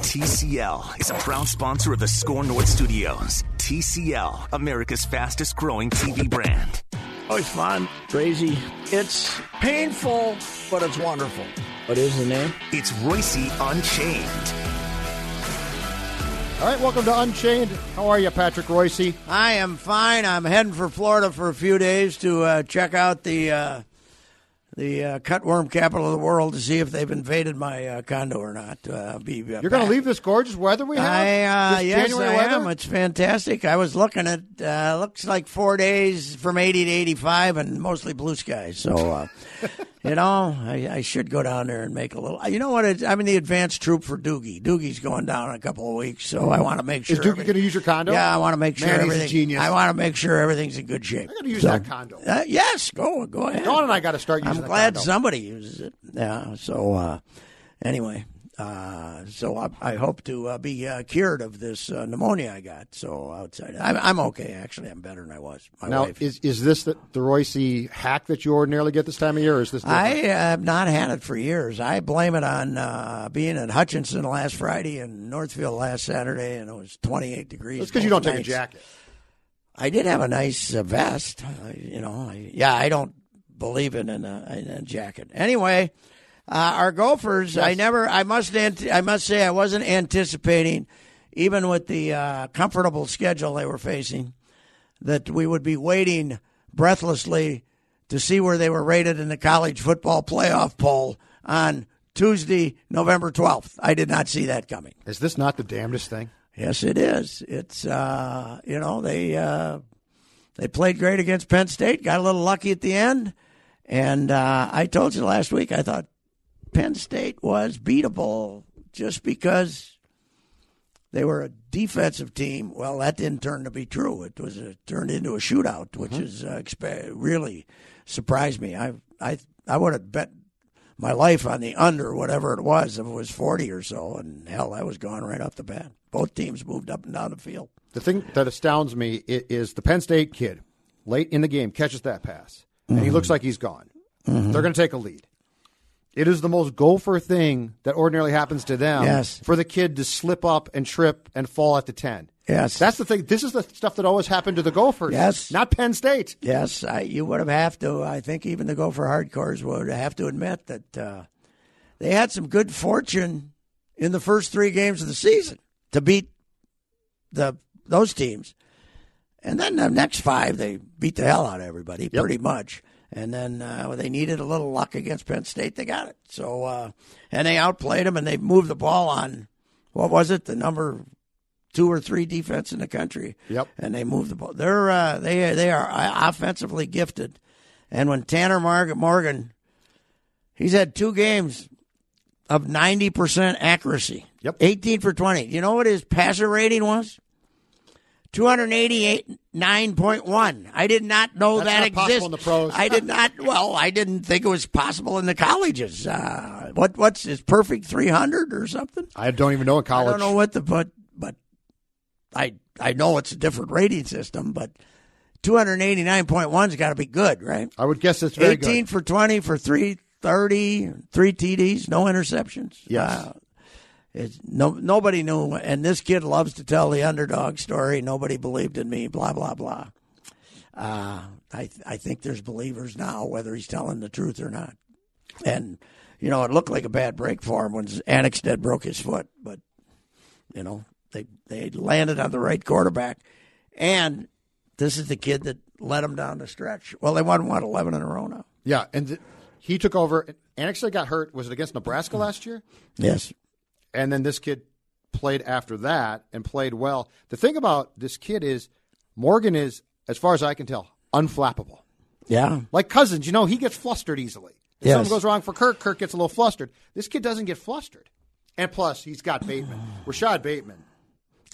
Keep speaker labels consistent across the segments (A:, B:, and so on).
A: TCL is a proud sponsor of the Score North Studios. TCL, America's fastest growing TV brand.
B: Oh, it's fun, crazy. It's painful, but it's wonderful. What is the name?
A: It's Royce Unchained.
C: All right, welcome to Unchained. How are you, Patrick Royce?
B: I am fine. I'm heading for Florida for a few days to uh, check out the uh, the uh, cutworm capital of the world to see if they've invaded my uh, condo or not. Uh, be, uh,
C: You're going
B: back.
C: to leave this gorgeous weather we have?
B: I uh,
C: this
B: yes,
C: January
B: I
C: weather?
B: am. It's fantastic. I was looking at uh, looks like four days from eighty to eighty-five, and mostly blue skies. So, uh, you know, I, I should go down there and make a little. You know what? It's, I'm in the advanced troop for Doogie. Doogie's going down in a couple of weeks, so I want to make sure.
C: Is Doogie
B: every-
C: going to use your condo?
B: Yeah, I want to make sure
C: Man, he's a
B: everything.
C: genius.
B: I want to make sure everything's in good shape.
C: I'm going to use
B: So-
C: that condo.
B: Uh, yes, go go ahead.
C: Dawn and I got to start using
B: I'm
C: the
B: glad
C: condo.
B: somebody uses it. Yeah. So uh, anyway, uh, so I, I hope to uh, be uh, cured of this uh, pneumonia I got. So outside, I'm, I'm okay. Actually, I'm better than I was. My
C: Now,
B: wife.
C: is, is this the, the Royce hack that you ordinarily get this time of year? Or is this
B: I have not had it for years. I blame it on uh, being at Hutchinson last Friday and Northfield last Saturday, and it was 28 degrees.
C: It's because you
B: both
C: don't take a
B: nights.
C: jacket.
B: I did have a nice uh, vest, I, you know. I, yeah, I don't believe in in a, in a jacket. Anyway, uh, our Gophers. I never. I must. Ant- I must say, I wasn't anticipating, even with the uh, comfortable schedule they were facing, that we would be waiting breathlessly to see where they were rated in the college football playoff poll on Tuesday, November twelfth. I did not see that coming.
C: Is this not the damnedest thing?
B: Yes, it is. It's uh, you know they uh, they played great against Penn State, got a little lucky at the end, and uh, I told you last week I thought Penn State was beatable just because they were a defensive team. Well, that didn't turn to be true. It was it turned into a shootout, which is uh, expe- really surprised me. I I I would have bet my life on the under, whatever it was, if it was forty or so, and hell, I was gone right off the bat. Both teams moved up and down the field.
C: The thing that astounds me i- is the Penn State kid, late in the game, catches that pass, and he looks like he's gone.
B: Mm-hmm.
C: They're going to take a lead. It is the most gopher thing that ordinarily happens to them
B: Yes.
C: for the kid to slip up and trip and fall at the 10.
B: Yes.
C: That's the thing. This is the stuff that always happened to the Gophers.
B: Yes.
C: Not Penn State.
B: Yes, I, you would have have to. I think even the Gopher hardcores would have to admit that uh, they had some good fortune in the first three games of the season to beat the those teams, and then the next five they beat the hell out of everybody pretty much. And then uh, they needed a little luck against Penn State. They got it. So uh, and they outplayed them, and they moved the ball on. What was it? The number two or three defense in the country.
C: Yep.
B: And they move the ball. They're uh, they they are uh, offensively gifted. And when Tanner Mar- Morgan, he's had two games of ninety percent accuracy.
C: Yep.
B: Eighteen for twenty. You know what his passer rating was? Two hundred eighty-eight nine point one. I did not know
C: That's
B: that
C: not possible
B: exists.
C: in the pros.
B: I did not. Well, I didn't think it was possible in the colleges. Uh, what what's his perfect three hundred or something?
C: I don't even know in college.
B: I don't know what the but but I I know it's a different rating system, but 289.1's got to be good, right?
C: I would guess it's very
B: 18
C: good.
B: for 20 for 330, three TDs, no interceptions.
C: Yes.
B: it's, no, nobody knew, and this kid loves to tell the underdog story. Nobody believed in me. Blah blah blah. Uh, I th- I think there's believers now, whether he's telling the truth or not. And you know, it looked like a bad break for him when Annixted broke his foot, but you know, They they landed on the right quarterback, and this is the kid that led them down the stretch. Well, they won what eleven in a row now.
C: Yeah, and th- he took over. And actually got hurt. Was it against Nebraska last year?
B: Yes,
C: and then this kid played after that and played well. The thing about this kid is Morgan is, as far as I can tell, unflappable.
B: yeah,
C: Like Cousins, you know, he gets flustered easily. If
B: Yes.
C: something goes wrong for Kirk, Kirk gets a little flustered. This kid doesn't get flustered. And plus, he's got Bateman. Rashad Bateman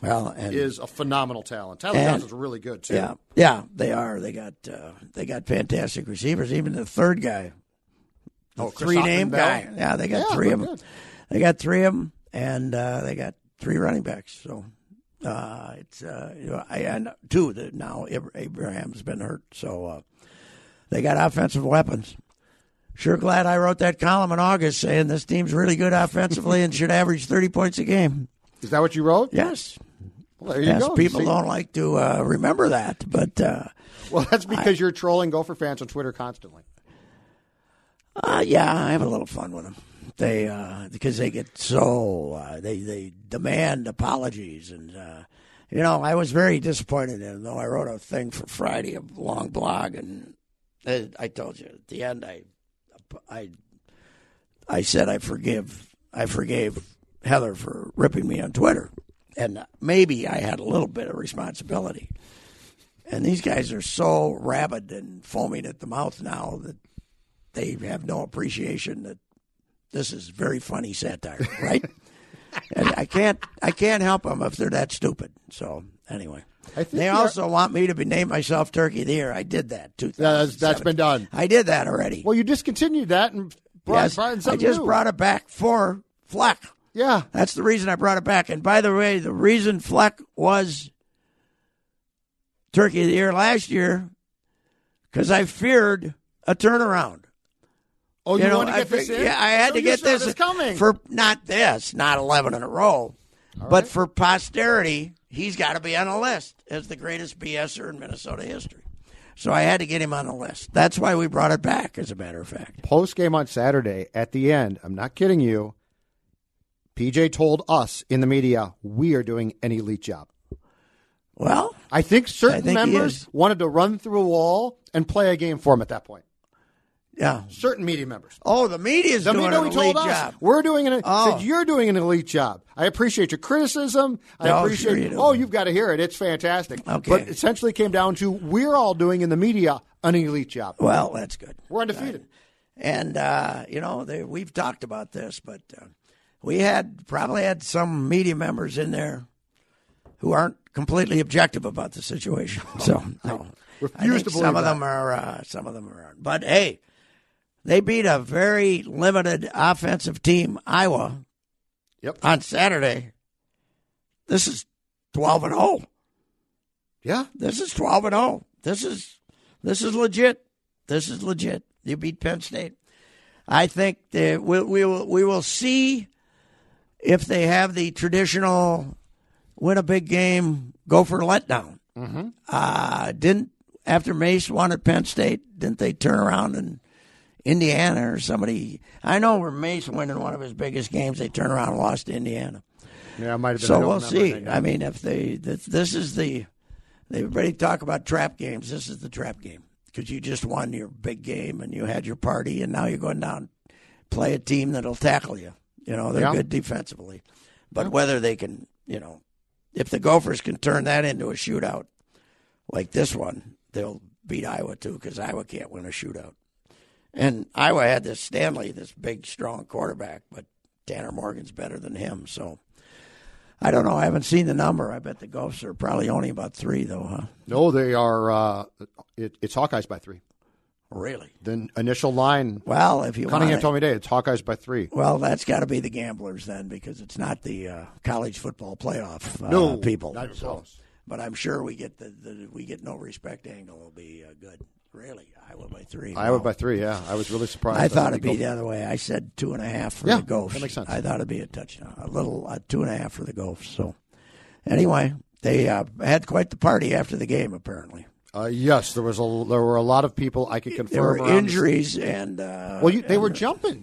B: well, and
C: is a phenomenal talent. Tyler
B: And-
C: Johnson's really good, too.
B: Yeah, yeah, they are. They got uh, they got fantastic receivers. Even the third guy,
C: Oh, Chris
B: three name
C: Hoffman
B: guy.
C: Bell.
B: Yeah, they got
C: Yeah,
B: three of
C: they're
B: them.
C: good.
B: They got three of them, and uh, they got three running backs. So uh, it's uh, you know, I, and two that now Abra- Abraham's been hurt. So uh, they got offensive weapons. Sure, glad I wrote that column in August saying this team's really good offensively and should average thirty points a game.
C: Is that what you wrote?
B: Yes,
C: Well, there you
B: yes.
C: go.
B: People
C: See?
B: don't like to uh, remember that, but. Uh,
C: Well, that's because you're trolling Gopher fans on Twitter constantly.
B: Uh, yeah, I have a little fun with them. They uh, because they get so uh, they they demand apologies, and uh, you know I was very disappointed in them. Though I wrote a thing for Friday, a long blog, and I, I told you at the end I I I said I forgive I forgave Heather for ripping me on Twitter, and maybe I had a little bit of responsibility. And these guys are so rabid and foaming at the mouth now that they have no appreciation that this is very funny satire, right? and I can't I can't help them if they're that stupid. So anyway.
C: I think
B: They
C: you're-
B: also want me to be named myself Turkey of the Year. I did that. Two
C: that's- that's been done.
B: I did that already.
C: Well, you discontinued that and brought,
B: yes,
C: brought in
B: I
C: something
B: just
C: new.
B: brought it back for Fleck.
C: Yeah.
B: That's the reason I brought it back. And by the way, the reason Fleck was Turkey of the Year last year, because I feared a turnaround.
C: Oh, you,
B: know,
C: wanted to
B: I
C: get this
B: fig-
C: in?
B: Yeah, I had
C: So
B: to
C: you
B: get
C: saw
B: this
C: coming.
B: for not this, not eleven in a row, but for posterity. He's got to be on the list as the greatest BSer in Minnesota history. So I had to get him on the list. That's why we brought it back. As a matter of fact,
C: post game on Saturday at the end, I'm not kidding you. PJ told us in the media, we are doing an elite job.
B: well,
C: I think certain
B: I think he
C: members
B: is.
C: wanted to run through a wall and play a game for him at that point.
B: yeah.
C: Certain media members.
B: Oh, the media's
C: The
B: doing
C: media
B: an
C: he
B: elite
C: told us,
B: job.
C: we're doing an.
B: Oh.
C: Said, You're doing an elite job. I appreciate your criticism. I
B: Oh,
C: appreciate.
B: sure you do.
C: oh, you've got to hear it. It's fantastic.
B: Okay.
C: But essentially came down to we're all doing in the media an elite job.
B: Well, that's good.
C: We're undefeated.
B: And uh, you know, they, we've talked about this, but uh, we had probably had some media members in there who aren't completely objective about the situation. So no,
C: refuse
B: think
C: to believe
B: some of
C: that.
B: them are. Uh, some of them are. But hey, they beat a very limited offensive team, Iowa,
C: Yep.
B: on Saturday. This is twelve and oh. zero.
C: Yeah.
B: This is twelve and zero. This is this is legit. This is legit. You beat Penn State. I think that we, we will we will see if they have the traditional win a big game, go for a letdown. Mm-hmm. Uh, didn't after Mace won at Penn State, didn't they turn around and Indiana or somebody? I know where Mace went in one of his biggest games, they turned around and lost to Indiana.
C: Yeah. I might have been. I
B: So
C: don't
B: we'll
C: remember
B: see.
C: right now.
B: I mean, if they this, this is the they already talk about trap games. This is the trap game because you just won your big game and you had your party, and now you're going down play a team that'll tackle you. You know they're
C: Yeah.
B: good defensively, but whether they can, you know, if the Gophers can turn that into a shootout like this one, they'll beat Iowa too because Iowa can't win a shootout. And Iowa had this Stanley, this big, strong quarterback, but Tanner Morgan's better than him. So I don't know. I haven't seen the number. I bet the Gophers are probably only about three, though, huh?
C: No, they are. Uh, it, it's Hawkeyes by three.
B: Really?
C: The initial line.
B: Well, if you
C: Cunningham
B: want
C: told me today it's Hawkeyes by three.
B: well, that's got to be the gamblers then, because it's not the uh, college football playoff uh,
C: No,
B: people.
C: not even close.
B: But I'm sure we get the, the we get no respect angle will be uh, good. Really, Iowa by three.
C: Iowa
B: Wow.
C: by three. Yeah, I was really surprised.
B: I thought it'd
C: think
B: be the other way. I said two and a half for
C: Yeah,
B: the Gophers.
C: that makes sense.
B: I thought it'd be a touchdown, a little uh, two and a half for the Gophers. So, anyway, they uh, had quite the party after the game. Apparently,
C: Uh, yes, there was a there were a lot of people I could confirm.
B: there were
C: around the-
B: injuries and uh,
C: Well, you, they were jumping.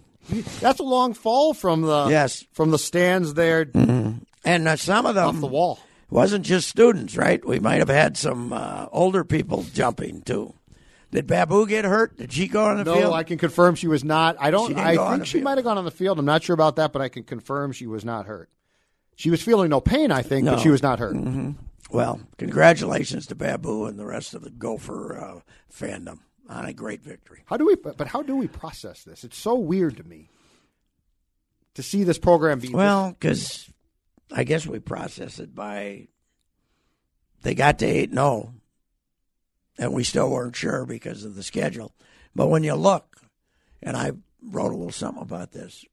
C: That's a long fall from the
B: Yes. Mm-hmm.
C: from the stands there.
B: And uh, some of them
C: off the wall.
B: wasn't just students, right? We might have had some uh, older people jumping too. Did Babu get hurt? Did she go on the
C: No,
B: field?
C: I can confirm she was not. I
B: She
C: don't.
B: didn't
C: I
B: go on
C: think
B: the
C: she
B: field.
C: might have gone on the field. I'm not sure about that, but I can confirm she was not hurt. She was feeling no pain, I think,
B: No.
C: but she was not hurt.
B: Mm-hmm. Well, congratulations to Babu and the rest of the Gopher uh, fandom on a great victory.
C: How do we? But but how do we process this? It's so weird to me to see this program be.
B: Well, because I guess we process it by they got to eight no, and we still weren't sure because of the schedule. But when you look, and I wrote a little something about this.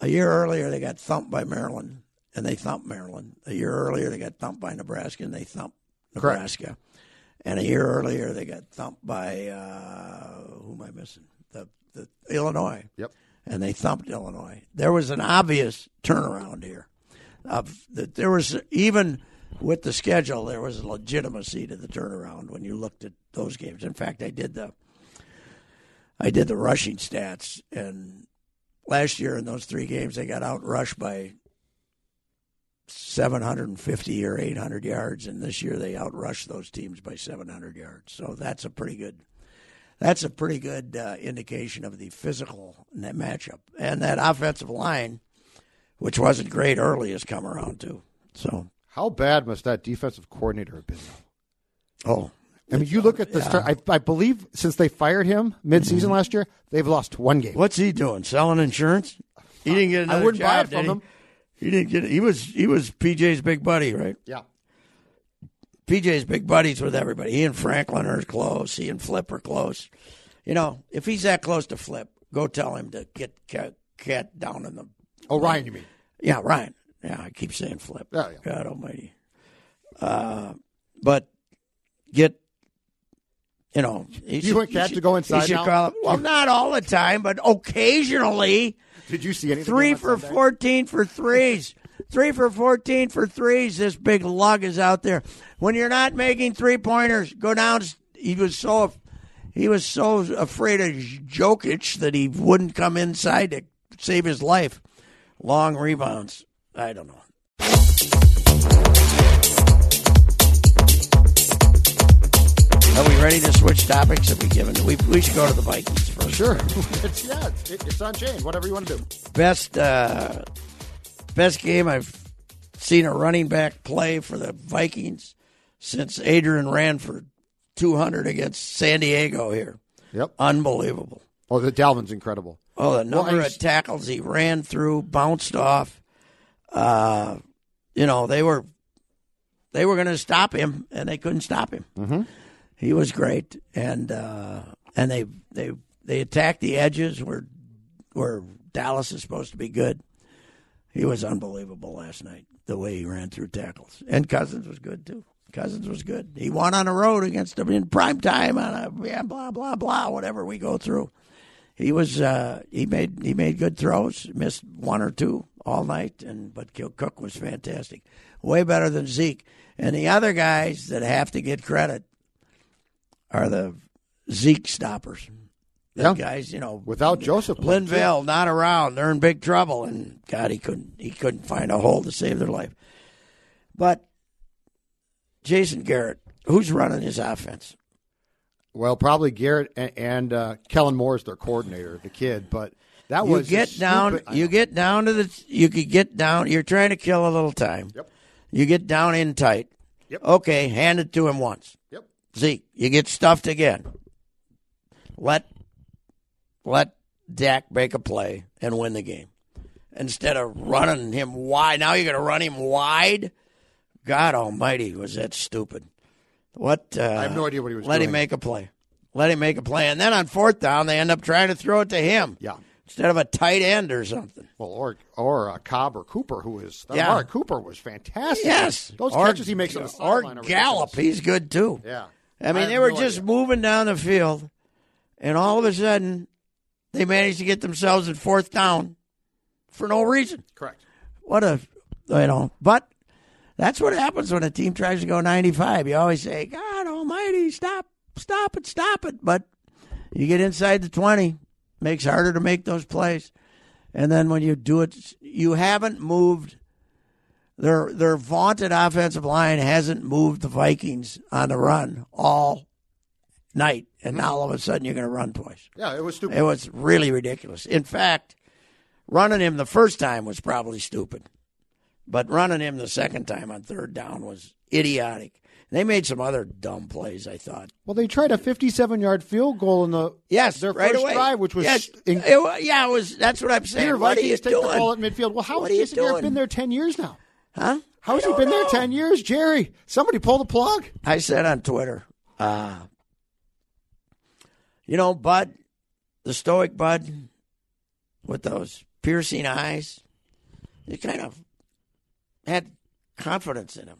B: A year earlier, they got thumped by Maryland, and they thumped Maryland. A year earlier, they got thumped by Nebraska, and they thumped
C: Correct.
B: Nebraska. And a year earlier, they got thumped by uh, who am I missing? The, the Illinois
C: yep.
B: and they thumped Illinois. There was an obvious turnaround here. Of that, there was even with the schedule, there was legitimacy to the turnaround when you looked at those games. In fact, I did the I did the rushing stats, and last year in those three games, they got out rushed by. 750 or 800 yards, and this year they outrushed those teams by 700 yards. So that's a pretty good that's a pretty good uh, indication of the physical in that matchup. And that offensive line, which wasn't great early, has come around too. So,
C: How bad must that defensive coordinator have been?
B: oh,
C: I mean, you look at this. I, I believe since they fired him mid-season
B: Mm-hmm.
C: last year, they've lost one game.
B: what's he doing? Selling insurance? He didn't get another
C: I wouldn't
B: job,
C: buy it
B: did
C: from
B: he?
C: him.
B: He didn't get. He was he was PJ's big buddy, right?
C: Yeah.
B: PJ's big buddies with everybody. He and Franklin are close. He and Flip are close. You know, if he's that close to Flip, go tell him to get cat, cat down in the
C: Oh, Ryan, you mean?
B: Yeah, Ryan. Yeah, I keep saying Flip.
C: Oh, yeah.
B: God Almighty. Uh, but get, you know, you
C: want Cat to go inside now?
B: well, not all the time, but occasionally.
C: Did you see anything?
B: Three
C: on
B: for
C: Sunday?
B: fourteen for threes. Three for fourteen for threes. This big lug is out there. When you're not making three pointers, go down. He was so he was so afraid of Jokic that he wouldn't come inside to save his life. Long rebounds. I don't know. Are we ready to switch topics? Have we given? We, we should go to the Vikings first.
C: Sure. it's yeah. It's, it, it's unchained. Whatever you want to do.
B: best uh, best game I've seen a running back play for the Vikings since Adrian ran for 200 against San Diego here.
C: Yep.
B: Unbelievable.
C: Oh, the Dalvin's incredible.
B: Oh, the
C: Well,
B: number
C: I-
B: of tackles he ran through, bounced off. Uh, you know they were they were going to stop him, and they couldn't stop him. Mm-hmm. He was great, and uh, and they they they attacked the edges where where Dallas is supposed to be good. He was unbelievable last night. The way he ran through tackles, and Cousins was good too. Cousins was good. He won on the road against them in prime time on a yeah, blah blah blah whatever we go through he was uh, he made he made good throws, missed one or two all night, and but Cook was fantastic, way better than Zeke. And the other guys that have to get credit are the Zeke stoppers. The
C: Yeah.
B: guys, you know,
C: Without Joseph,
B: Linville not around, they're in big trouble, and God, he couldn't he couldn't find a hole to save their life. But Jason Garrett, who's running his offense?
C: Well, probably Garrett and, and uh, Kellen Moore is their coordinator, the kid. But that
B: you
C: was
B: get
C: stupid-
B: down
C: I
B: you
C: know.
B: get down to the you could get down you're trying to kill a little time
C: Yep.
B: you get down in tight
C: Yep.
B: okay hand it to him once
C: Yep.
B: zeke you get stuffed again let let dak make a play and win the game instead of running him wide now you're going to run him wide god almighty was that stupid what uh, i
C: have no idea what he was
B: let him
C: doing.
B: make a play let him make a play and then on fourth down they end up trying to throw it to him
C: Yeah.
B: instead of a tight end or something.
C: Well, or or uh, Cobb or Cooper, who is that
B: Yeah.
C: Amari Cooper was fantastic.
B: Yes,
C: those
B: or,
C: catches he makes on the
B: or
C: sideline are
B: Gallup,
C: ridiculous.
B: he's good too.
C: Yeah,
B: I mean,
C: have
B: they were
C: no
B: just
C: idea.
B: moving down the field, and all of a sudden, they managed to get themselves in fourth down for no reason.
C: correct.
B: What a, you know, but that's what happens when a team tries to go 95. You always say, God almighty, stop, stop it, stop it. But you get inside the 20, makes it harder to make those plays. And then when you do it, you haven't moved Their their vaunted offensive line hasn't moved the Vikings on the run all night, and now all of a sudden you're going to run twice.
C: Yeah, it was stupid.
B: It was really ridiculous. In fact, running him the first time was probably stupid, but running him the second time on third down was idiotic. They made some other dumb plays. I thought.
C: well, they tried a 57 yard field goal in the
B: Yes,
C: their
B: right
C: first
B: away.
C: drive, which was
B: yes.
C: in-
B: It wa- yeah, it was. That's what I'm saying.
C: Peter
B: what
C: Vikings
B: are
C: take
B: you
C: the
B: doing?
C: ball at midfield. Well, how
B: What
C: has
B: are you
C: Jason Garrett
B: doing?
C: been there 10 years now?
B: Huh?
C: How has
B: I
C: he
B: don't
C: been there
B: know.
C: 10 years? Jerry, somebody pull the plug.
B: I said on Twitter, uh, you know, Bud, the stoic Bud, with those piercing eyes, you kind of had confidence in him.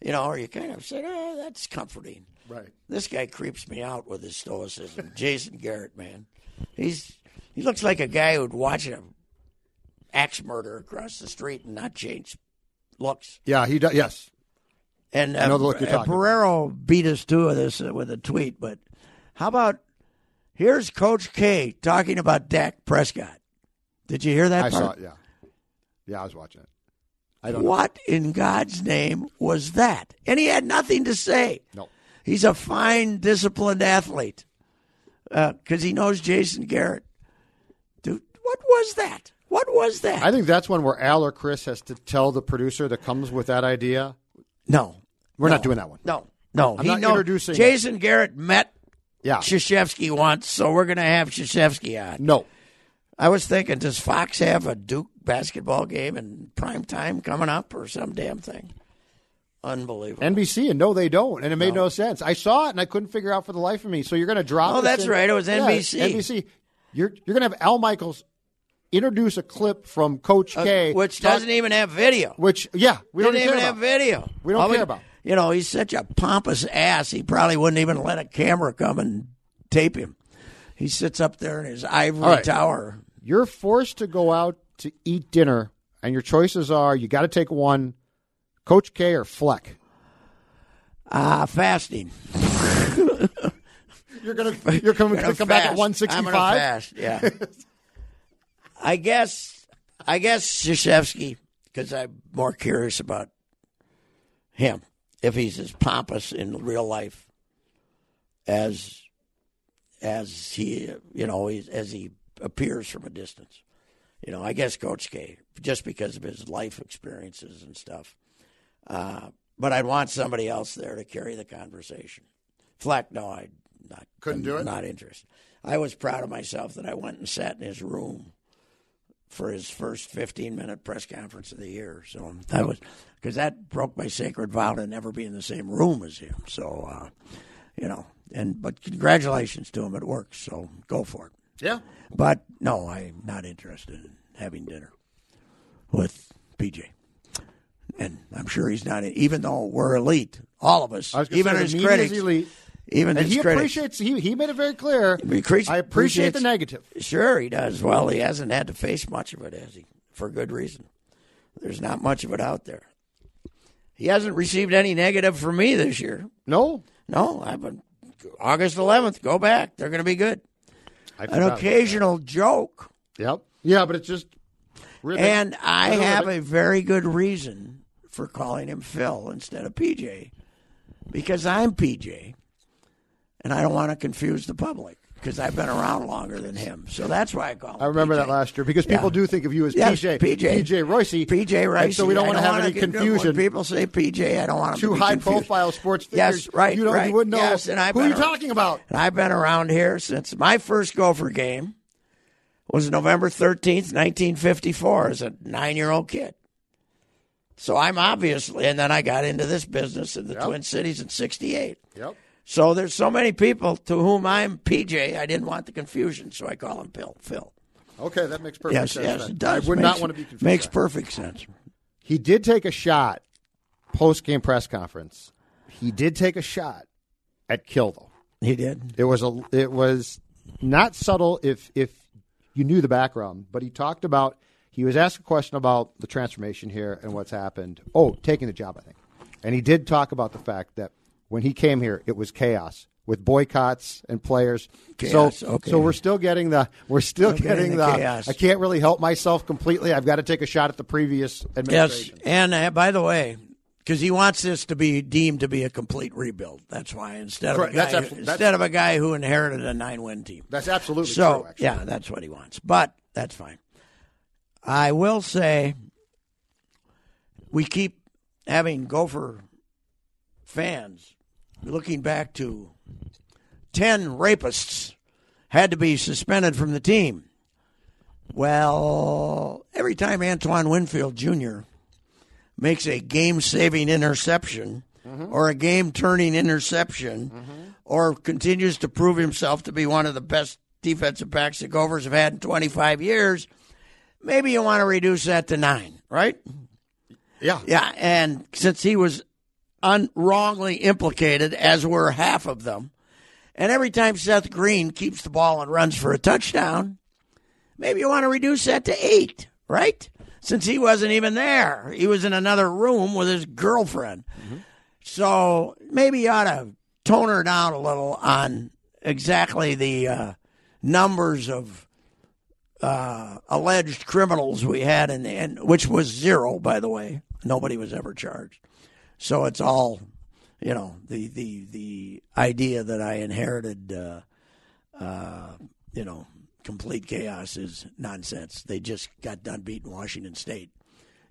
B: You know, or you kind of said, oh, that's comforting.
C: Right.
B: This guy creeps me out with his stoicism. Jason Garrett, man. He's he looks like a guy who'd watch a axe murder across the street and not change looks.
C: Yeah, he does. Yes.
B: And uh,
C: I know the look you're
B: uh,
C: talking about.
B: Barrero beat us to this uh, with a tweet, but how about here's Coach K talking about Dak Prescott. Did you hear that
C: I
B: part?
C: saw it, yeah. Yeah, I was watching it. I don't
B: What in God's name was that? And he had nothing to say.
C: know. No.
B: He's a fine, disciplined athlete because he knows Jason Garrett. Dude, what was that? What was that?
C: I think that's one where Al or Chris has to tell the producer that comes with that idea.
B: no,
C: We're not doing that one.
B: no, no.
C: I'm
B: he
C: not
B: know-
C: introducing-
B: Jason Garrett met
C: Yeah.
B: Shashevsky once, so we're going to have Shashevsky on.
C: No.
B: I was thinking, does Fox have a Duke basketball game in prime time coming up or some damn thing? Unbelievable.
C: NBC and no, they don't, and it made no, sense. I saw it and I couldn't figure out for the life of me. So you're going to drop.
B: Oh,
C: this
B: that's
C: in-
B: right. It was
C: Yeah,
B: NBC.
C: NBC. You're you're going to have Al Michaels introduce a clip from Coach K,
B: Uh, which
C: talk-
B: doesn't even have video.
C: which yeah, we don't
B: didn't even
C: care
B: have
C: about.
B: video.
C: We don't
B: All
C: care about.
B: You know, he's such a pompous ass. He probably wouldn't even let a camera come and tape him. He sits up there in his ivory
C: All right.
B: tower.
C: You're forced to go out to eat dinner, and your choices are you got to take one, Coach K or Fleck.
B: Ah, fasting.
C: You're gonna you're coming
B: Gonna
C: to come back at
B: fast.
C: one
B: I'm
C: sixty
B: gonna
C: five.
B: fast, Yeah. I guess, I guess Shashevsky, because I'm more curious about him if he's as pompous in real life as as he you know he's- as he appears from a distance. You know, I guess Coach K, just because of his life experiences and stuff. Uh, but I'd want somebody else there to carry the conversation. Fleck, no, I not
C: Couldn't do it?
B: Not interested. I was proud of myself that I went and sat in his room for his first 15 minute press conference of the year. So that was because that broke my sacred vow to never be in the same room as him. So, uh, you know, and but congratulations to him, it works. So go for it.
C: Yeah.
B: But no, I'm not interested in having dinner with PJ. And I'm sure he's not, even though we're elite, all of us,
C: I was gonna
B: even
C: say,
B: his
C: the media
B: critics,
C: is elite.
B: even
C: And
B: his
C: he
B: critics.
C: appreciates he, he made it very clear.
B: He appreci-
C: I appreciate
B: appreciates-
C: the negative.
B: Sure, he does. Well, he hasn't had to face much of it, has he? For good reason. There's not much of it out there. He hasn't received any negative from me this year.
C: No,
B: No, I've been August 11th. Go back; they're going to be good. An occasional joke,
C: Yep. Yeah, but it's just. ribbon.
B: and I
C: Ribbon.
B: have a very good reason for calling him Phil instead of PJ, because I'm PJ, and I don't want to confuse the public because I've been around longer than him. So that's why I call. Him
C: I remember
B: PJ.
C: that last year because people
B: Yeah.
C: do think of you as
B: Yes,
C: PJ,
B: PJ,
C: PJ Royce,
B: PJ Rice.
C: and so we don't
B: I
C: want to have
B: wanna
C: any
B: get- When
C: confusion.
B: people say PJ, I don't want 'em to
C: Two
B: be confused.
C: high-profile sports figures.
B: Yes, right.
C: You, don't,
B: right.
C: you wouldn't know
B: Yes, and I've
C: who
B: been
C: you're
B: ar-
C: talking about.
B: And I've been around here since my first Gopher game was November thirteenth, nineteen fifty-four, as a nine-year-old kid. So I'm obviously, and then I got into this business in the
C: Yep.
B: Twin Cities in '68.
C: Yep.
B: So there's so many people to whom I'm PJ. I didn't want the confusion, so I call him Phil. Phil.
C: Okay, that makes perfect
B: Yes,
C: sense.
B: yes,
C: then.
B: it does.
C: I would
B: Makes-
C: not want to be confused.
B: Makes
C: by that.
B: perfect sense.
C: he did take a shot post game press conference. He did take a shot at Kill though.
B: He did.
C: It was a it was not subtle if if you knew the background, but he talked about he was asked a question about the transformation here and what's happened. Oh, taking the job, I think. And he did talk about the fact that when he came here, it was chaos. with boycotts and players.
B: Chaos,
C: so,
B: okay.
C: so we're still getting the we're still
B: Still
C: getting,
B: getting
C: the,
B: the chaos.
C: I can't really help myself completely. I've got to take a shot at the previous
B: Yes,
C: administration.
B: and uh, by the way, because he wants this to be deemed to be a complete rebuild. That's why instead of a
C: Correct. That's
B: guy,
C: abso- that's-
B: instead of a guy who inherited a nine-win team.
C: That's absolutely
B: so
C: true. Actually.
B: yeah, that's what he wants. But that's fine. I will say, we keep having Gopher fans looking back to ten rapists had to be suspended from the team. Well, every time Antoine Winfield Jr. makes a game saving interception or a game turning interception or continues to prove himself to be one of the best defensive backs the Gophers have had in 25 years, maybe you want to reduce that to nine, right?
C: yeah,
B: Yeah, and since he was un- wrongly implicated, as were half of them, and every time Seth Green keeps the ball and runs for a touchdown, maybe you want to reduce that to eight, right? Since he wasn't even there, he was in another room with his girlfriend. So maybe you ought to tone her down a little on exactly the uh, numbers of alleged criminals we had, and, and which was zero, by the way. Nobody was ever charged. So it's all, you know, the the the idea that I inherited, uh, uh, you know, complete chaos is nonsense. They just got done beating Washington State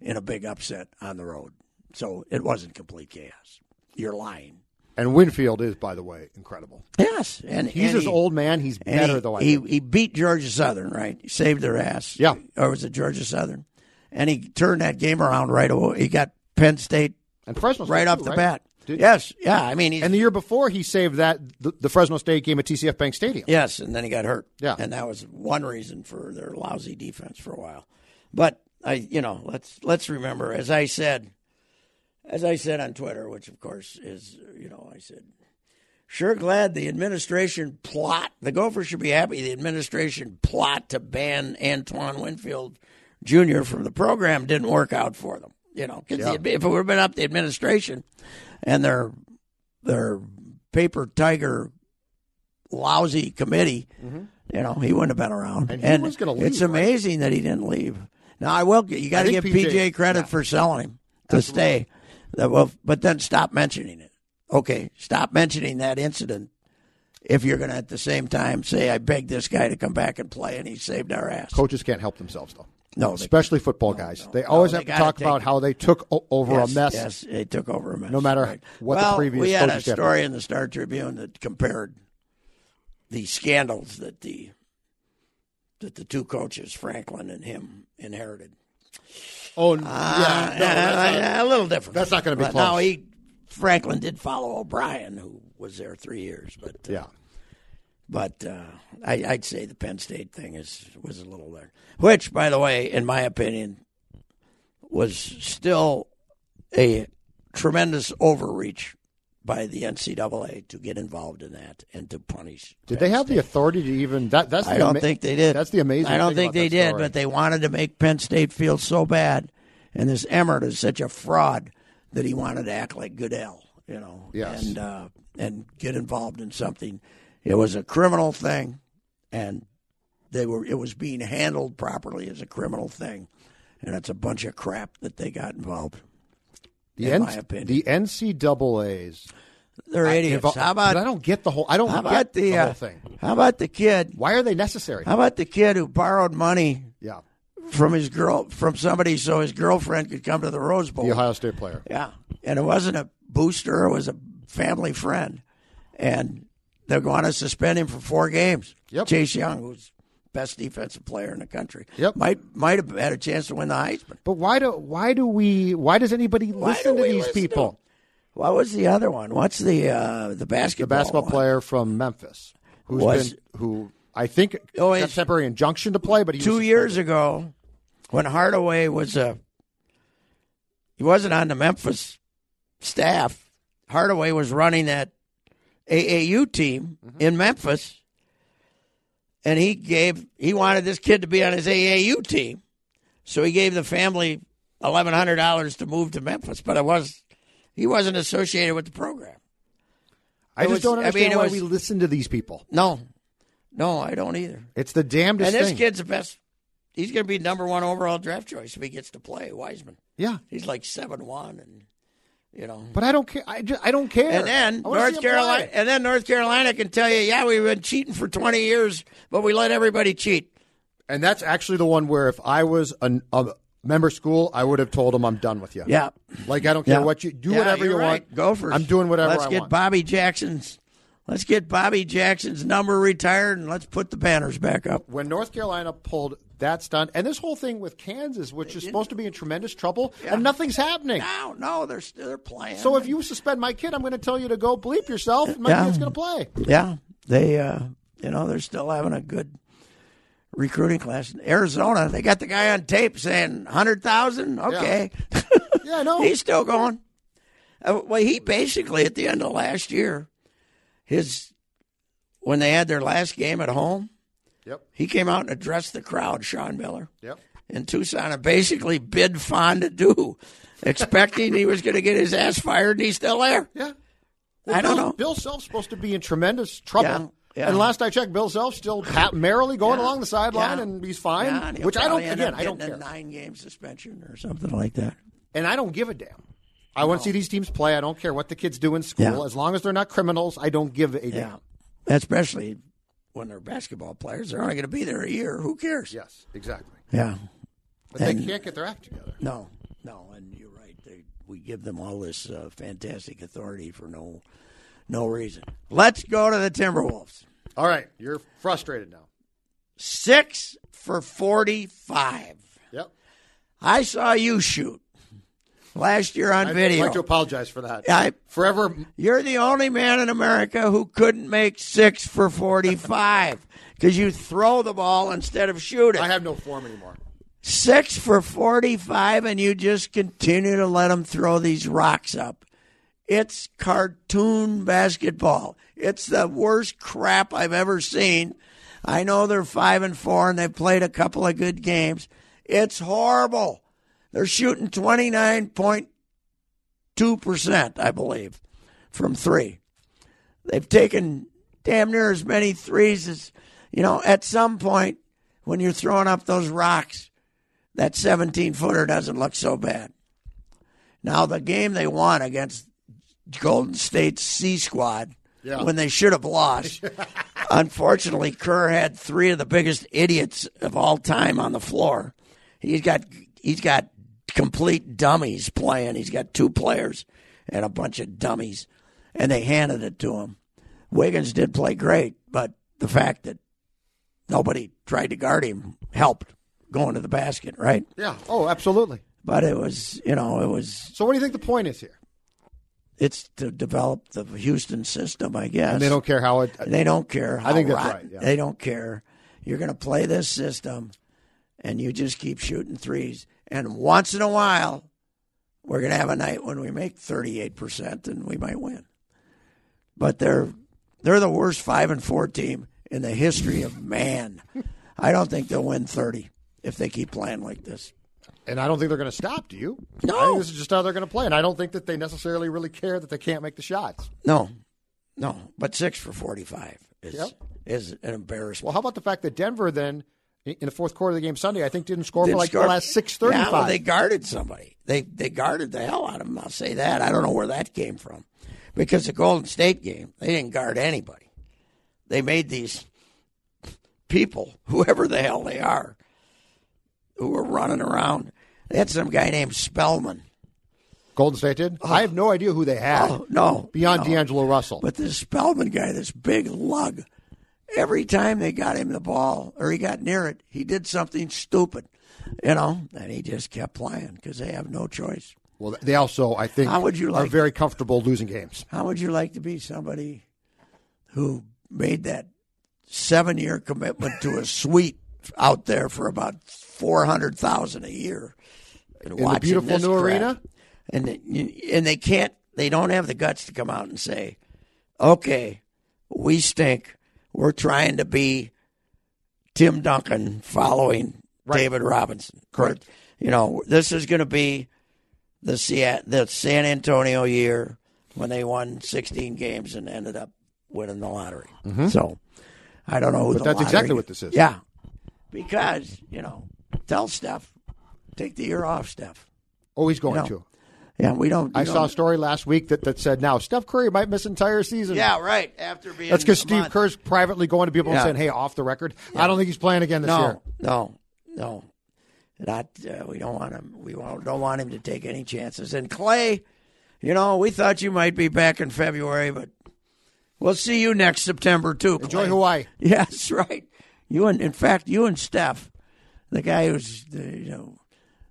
B: in a big upset on the road, so it wasn't complete chaos. You're lying.
C: And Winfield is, by the way, incredible.
B: Yes, and
C: He's
B: and
C: this
B: he-
C: old man. He's
B: and
C: better
B: he,
C: though. I
B: he,
C: think.
B: he beat Georgia Southern, right? He saved their ass.
C: Yeah.
B: Or was it Georgia Southern? And he turned that game around right away. He got Penn State
C: and Fresno State,
B: right off
C: too,
B: the bat.
C: Did-
B: yes. Yeah. I mean, he's,
C: And the year before, he saved that the, the Fresno State game at TCF Bank Stadium.
B: yes. And then he got hurt.
C: Yeah.
B: And that was one reason for their lousy defense for a while. But I, you know, let's let's remember, as I said, as I said on Twitter, which of course is, you know, I said, sure glad the administration plot. The Gophers should be happy the administration plot to ban Antoine Winfield Jr. from the program didn't work out for them. You know, 'cause the- if it would have been up to the administration and their their paper tiger lousy committee, you know, he wouldn't have been around.
C: Mm-hmm. And he was gonna leave,
B: it's
C: right?
B: amazing that he didn't leave. Now I will. You got to
C: think
B: give
C: PJ
B: PJ, credit for selling him to stay. That well, but then stop mentioning it. Okay, stop mentioning that incident if you're going to at the same time say, "I begged this guy to come back and play, and he saved our ass."
C: Coaches can't help themselves though.
B: No, they-
C: especially football guys. they always
B: no,
C: have
B: they
C: to
B: gotta
C: talk
B: take-
C: about how they took o- over
B: yes,
C: a mess.
B: Yes, they took over a mess.
C: No matter what the
B: well,
C: previous
B: we had a
C: coaches did.
B: story in the Star Tribune that compared the scandals that the that the two coaches, Franklin and him, inherited.
C: Oh, n-
B: Uh,
C: yeah, no, that's not-
B: uh, a little different.
C: that's not gonna be
B: But
C: close.
B: No, he Franklin did follow O'Brien, who was there three years, but uh,
C: yeah.
B: but uh, I, I'd say the Penn State thing is was a little there, which, by the way, in my opinion, was still a tremendous overreach by the NCAA to get involved in that and to punish.
C: Did they have the authority to even that? That's
B: I
C: the
B: don't
C: ama-
B: think they did.
C: That's the amazing.
B: I don't think
C: thing about
B: they
C: that
B: did,
C: story.
B: but they wanted to make Penn State feel so bad, and this Emmert is such a fraud that he wanted to act like Goodell, you know,
C: Yes.
B: and uh, and get involved in something. It was a criminal thing, and they were it was being handled properly as a criminal thing, and it's a bunch of crap that they got involved.
C: the
B: in
C: N-
B: my opinion.
C: the NCAA's.
B: They're idiots.
C: invol-
B: how about
C: But I don't get the whole. I don't
B: how
C: get
B: about
C: the,
B: the, uh,
C: whole thing.
B: how about the kid?
C: Why are they necessary?
B: How about the kid who borrowed money
C: yeah,
B: from his girl from somebody so his girlfriend could come to the Rose Bowl.
C: the Ohio State player.
B: Yeah, and it wasn't a booster; it was a family friend, and they're going to suspend him for four games.
C: Yep.
B: Chase Young, who's best defensive player in the country,
C: Yep.
B: might might have had a chance to win the Heisman.
C: But why do why do we why does anybody
B: Why
C: listen
B: do
C: to
B: we
C: these
B: listen to
C: people?
B: him? What was the other one? What's the uh, the basketball?
C: the basketball
B: one?
C: player from Memphis who's
B: Was-
C: been who I think
B: Oh,
C: got
B: he's-
C: temporary injunction to play, but he
B: two
C: was
B: years
C: suspended.
B: ago when Hardaway was a he wasn't on the Memphis staff. Hardaway was running that AAU team
C: Mm-hmm.
B: in Memphis, and he gave he wanted this kid to be on his AAU team, so he gave the family eleven hundred dollars to move to Memphis. But it was he wasn't associated with the program.
C: I
B: It
C: just
B: was-
C: don't
B: I mean,
C: understand
B: it
C: why
B: was-
C: we listen to these people.
B: No, no, I don't either.
C: It's the damnedest
B: and this
C: thing.
B: kid's the best. He's going to be number one overall draft choice if he gets to play Wiseman.
C: yeah,
B: He's like seven one, and you know.
C: but I don't care. I, just, I don't care.
B: and then
C: I wanna see
B: North
C: him play.
B: Carolina, eh, and then North Carolina can tell you, yeah, we've been cheating for twenty years, but we let everybody cheat.
C: and that's actually the one where if I was an, a member school, I would have told them I'm done with you.
B: Yeah.
C: like I don't care
B: Yeah.
C: what you do,
B: Yeah,
C: whatever
B: you're
C: you
B: right.
C: want.
B: Gophers.
C: I'm doing whatever
B: Let's
C: I
B: get
C: want.
B: Bobby Jackson's. Let's get Bobby Jackson's number retired, and let's put the banners back up.
C: when North Carolina pulled that stunt, and this whole thing with Kansas, which is supposed to be in tremendous trouble, and nothing's happening.
B: No, no, they're they're playing.
C: So if you suspend my kid, I'm going to tell you to go bleep yourself. And my
B: Yeah.
C: kid's going to play.
B: Yeah, they, uh, you know, they're still having a good recruiting class. In Arizona, they got the guy on tape saying hundred thousand. Okay,
C: Yeah, I know.
B: he's still going. Uh, well, he basically at the end of last year, his when they had their last game at home,
C: Yep.
B: he came out and addressed the crowd, Sean Miller
C: Yep.
B: in Tucson, and basically bid Fon to do, expecting he was going to get his ass fired, and he's still there.
C: Yeah.
B: I don't
C: Bill,
B: know.
C: Bill Self's supposed to be in tremendous trouble.
B: Yeah, yeah.
C: And last I checked, Bill Self's still ha- merrily going
B: Yeah,
C: along the sideline,
B: yeah.
C: and he's fine.
B: Yeah, and he'll
C: which I don't.
B: probably end up
C: Again, I don't
B: getting
C: care.
B: A nine game suspension or something like that.
C: and I don't give a damn. I want to see these teams play. I don't care what the kids do in school.
B: Yeah.
C: As long as they're not criminals, I don't give a
B: Yeah,
C: damn.
B: especially when they're basketball players. They're only going to be there a year. Who cares?
C: Yes, exactly.
B: Yeah.
C: But they can't get their act together.
B: No. No. And you're right. They, we give them all this uh, fantastic authority for no no reason. Let's go to the Timberwolves.
C: All right, you're frustrated now.
B: Six for forty-five.
C: Yep.
B: I saw you shoot last year on
C: I'd
B: video.
C: like to apologize for that.
B: I-
C: Forever.
B: You're the only man in America who couldn't make six for 45 because you throw the ball instead of shoot it.
C: I have no form anymore.
B: six for 45, and you just continue to let them throw these rocks up. It's cartoon basketball. It's the worst crap I've ever seen. I know they're five and four and they've played a couple of good games. It's horrible. They're shooting 29.2%, I believe, from three. They've taken damn near as many threes as, you know, at some point when you're throwing up those rocks, that 17 footer doesn't look so bad. Now, the game they won against Golden State's C squad,
C: Yeah.
B: when they should have lost, unfortunately, Kerr had three of the biggest idiots of all time on the floor. He's got he's got complete dummies playing. He's got two players and a bunch of dummies, and they handed it to him. Wiggins did play great, but the fact that nobody tried to guard him helped going to the basket, right?
C: Yeah. Oh, absolutely.
B: But it was, you know, it was
C: So what do you think the point is here?
B: it's to develop the Houston system, I guess.
C: And they don't care how it.
B: They don't care. How
C: think that's
B: rotten-
C: right, yeah.
B: They don't care. You're going to play this system, and you just keep shooting threes. And once in a while, we're going to have a night when we make 38 percent, and we might win. But they're they're the worst five and four team in the history of man. I don't think they'll win 30 if they keep playing like this.
C: And I don't think they're going to stop. Do you?
B: No.
C: I think this is just how they're going to play, and I don't think that they necessarily really care that they can't make the shots.
B: No, no. But six for 45 is
C: Yep.
B: is an embarrassment.
C: Well, how about the fact that Denver then i- in the fourth quarter of the game Sunday, I think didn't score for
B: Didn't
C: like
B: score.
C: the last six
B: Yeah, well,
C: thirty-five.
B: they guarded somebody. They they guarded the hell out of him. I'll say that. I don't know where that came from, because the Golden State game they didn't guard anybody. They made these people, whoever the hell they are, who were running around. They had some guy named Spellman.
C: Golden State did. I have no idea who they had
B: Oh no,
C: beyond
B: no.
C: D'Angelo Russell.
B: But this Spellman guy, this big lug, every time they got him the ball or he got near it, he did something stupid, you know, and he just kept playing because they have no choice.
C: well, they also, I think,
B: How would you
C: are
B: like-
C: very comfortable losing games.
B: How would you like to be somebody who made that seven year commitment to a suite out there for about 400000 a year? And
C: the
B: watching
C: beautiful
B: this
C: new
B: crap.
C: arena?
B: And, they- and they can't, they don't have the guts to come out and say, okay, we stink. We're trying to be Tim Duncan following David Robinson. Correct. You know, this is going to be the Seattle, the San Antonio year. when they won 16 games and ended up winning the lottery. So I don't know who
C: Mm-hmm. But
B: the
C: that's
B: lottery-
C: exactly what this is.
B: Yeah. Because, you know, tell Steph, take the year off, Steph.
C: Oh, he's going
B: No.
C: to.
B: Yeah, we don't.
C: I
B: you
C: saw a
B: don't-
C: story last week that, that said now Steph Curry might miss entire season.
B: Yeah, right. After being.
C: That's because
B: a
C: Steve
B: month.
C: Kerr's privately going to people
B: Yeah.
C: and saying, "Hey, off the record, I don't think he's playing again this
B: no,
C: year."
B: No, no, not. Uh, we don't want him. We won't- don't want him to take any chances. And Clay, you know, we thought you might be back in February, but we'll see you next September too.
C: Enjoy
B: Clay.
C: Hawaii.
B: Yes, right. You and in fact, you and Steph, the guy who's the, you know,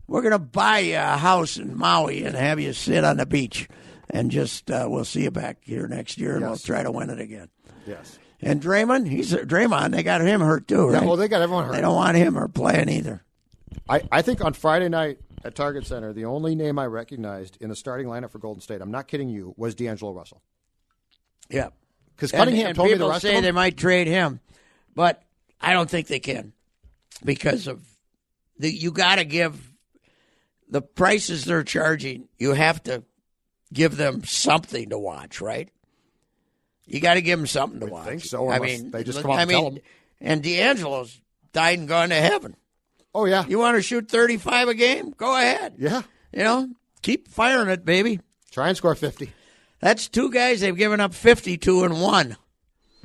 B: we're gonna buy you a house in Maui and have you sit on the beach, and just uh, we'll see you back here next year, and we'll try to win it again.
C: Yes.
B: And Draymond, he's Draymond. They got him hurt too, right?
C: Yeah, well, they got everyone
B: They
C: hurt.
B: don't want him or playing either.
C: I, I think on Friday night at Target Center, the only name I recognized in the starting lineup for Golden State, I'm not kidding you, was D'Angelo Russell.
B: Yeah,
C: Because Cunningham told me the
B: people
C: rest
B: say
C: of
B: they
C: them.
B: might trade him, but I don't think they can because of the. You got to give the prices they're charging. You have to give them something to watch, right? You got to give them something to
C: Would
B: watch.
C: think so,
B: I
C: unless
B: mean,
C: they just
B: look-
C: come out
B: I
C: and
B: mean,
C: tell 'em.
B: and D'Angelo's died and gone to heaven.
C: oh yeah,
B: You want to shoot thirty-five a game? Go ahead.
C: yeah.
B: You know, keep firing it, baby.
C: Try and score 50.
B: That's two guys they've given up 52 and one.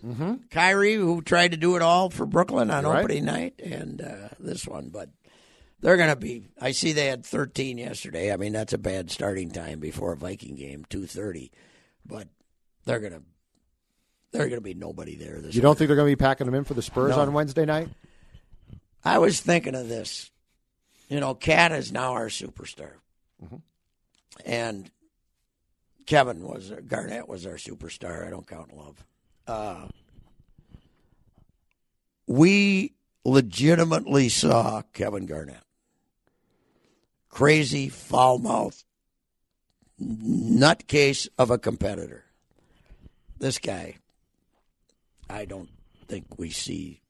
B: Mm-hmm. Kyrie, who tried to do it all for Brooklyn on
C: Right.
B: opening night, and uh, this one, but they're going to be. I see they had 13 yesterday. I mean, that's a bad starting time before a Viking game, 2:30. But they're going to they're going to be nobody there this.
C: You don't think they're going to be packing them in for the Spurs
B: No.
C: on Wednesday night?
B: I was thinking of this. You know, Cat is now our superstar, and Kevin was Garnett was our superstar. I don't count love. Uh, we legitimately saw Kevin Garnett, crazy foul mouth nutcase of a competitor. This guy, I don't think we see